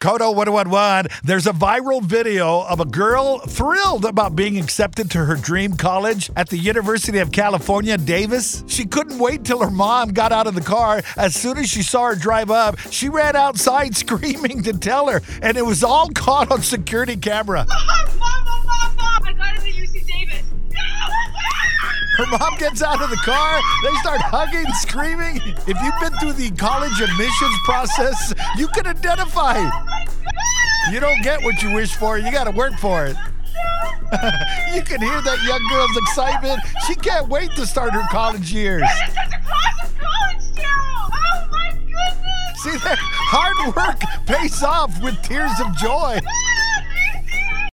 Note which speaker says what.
Speaker 1: Kodo, what, what, what? There's a viral video of a girl thrilled about being accepted to her dream college at the University of California, Davis. She couldn't wait till her mom got out of the car. As soon as she saw her drive up, she ran outside screaming to tell her, and it was all caught on security camera.
Speaker 2: Mom, mom, mom, mom, I got it at UC Davis.
Speaker 1: Her mom gets out of the car. They start hugging, screaming. If you've been through the college admissions process, you can identify. You don't get what you wish for. You got to work for it. you can hear that young girl's excitement. She can't wait to start her college years.
Speaker 2: This is a class of college, Daryl. Oh my goodness. Oh,
Speaker 1: See, that hard work pays off with tears of joy.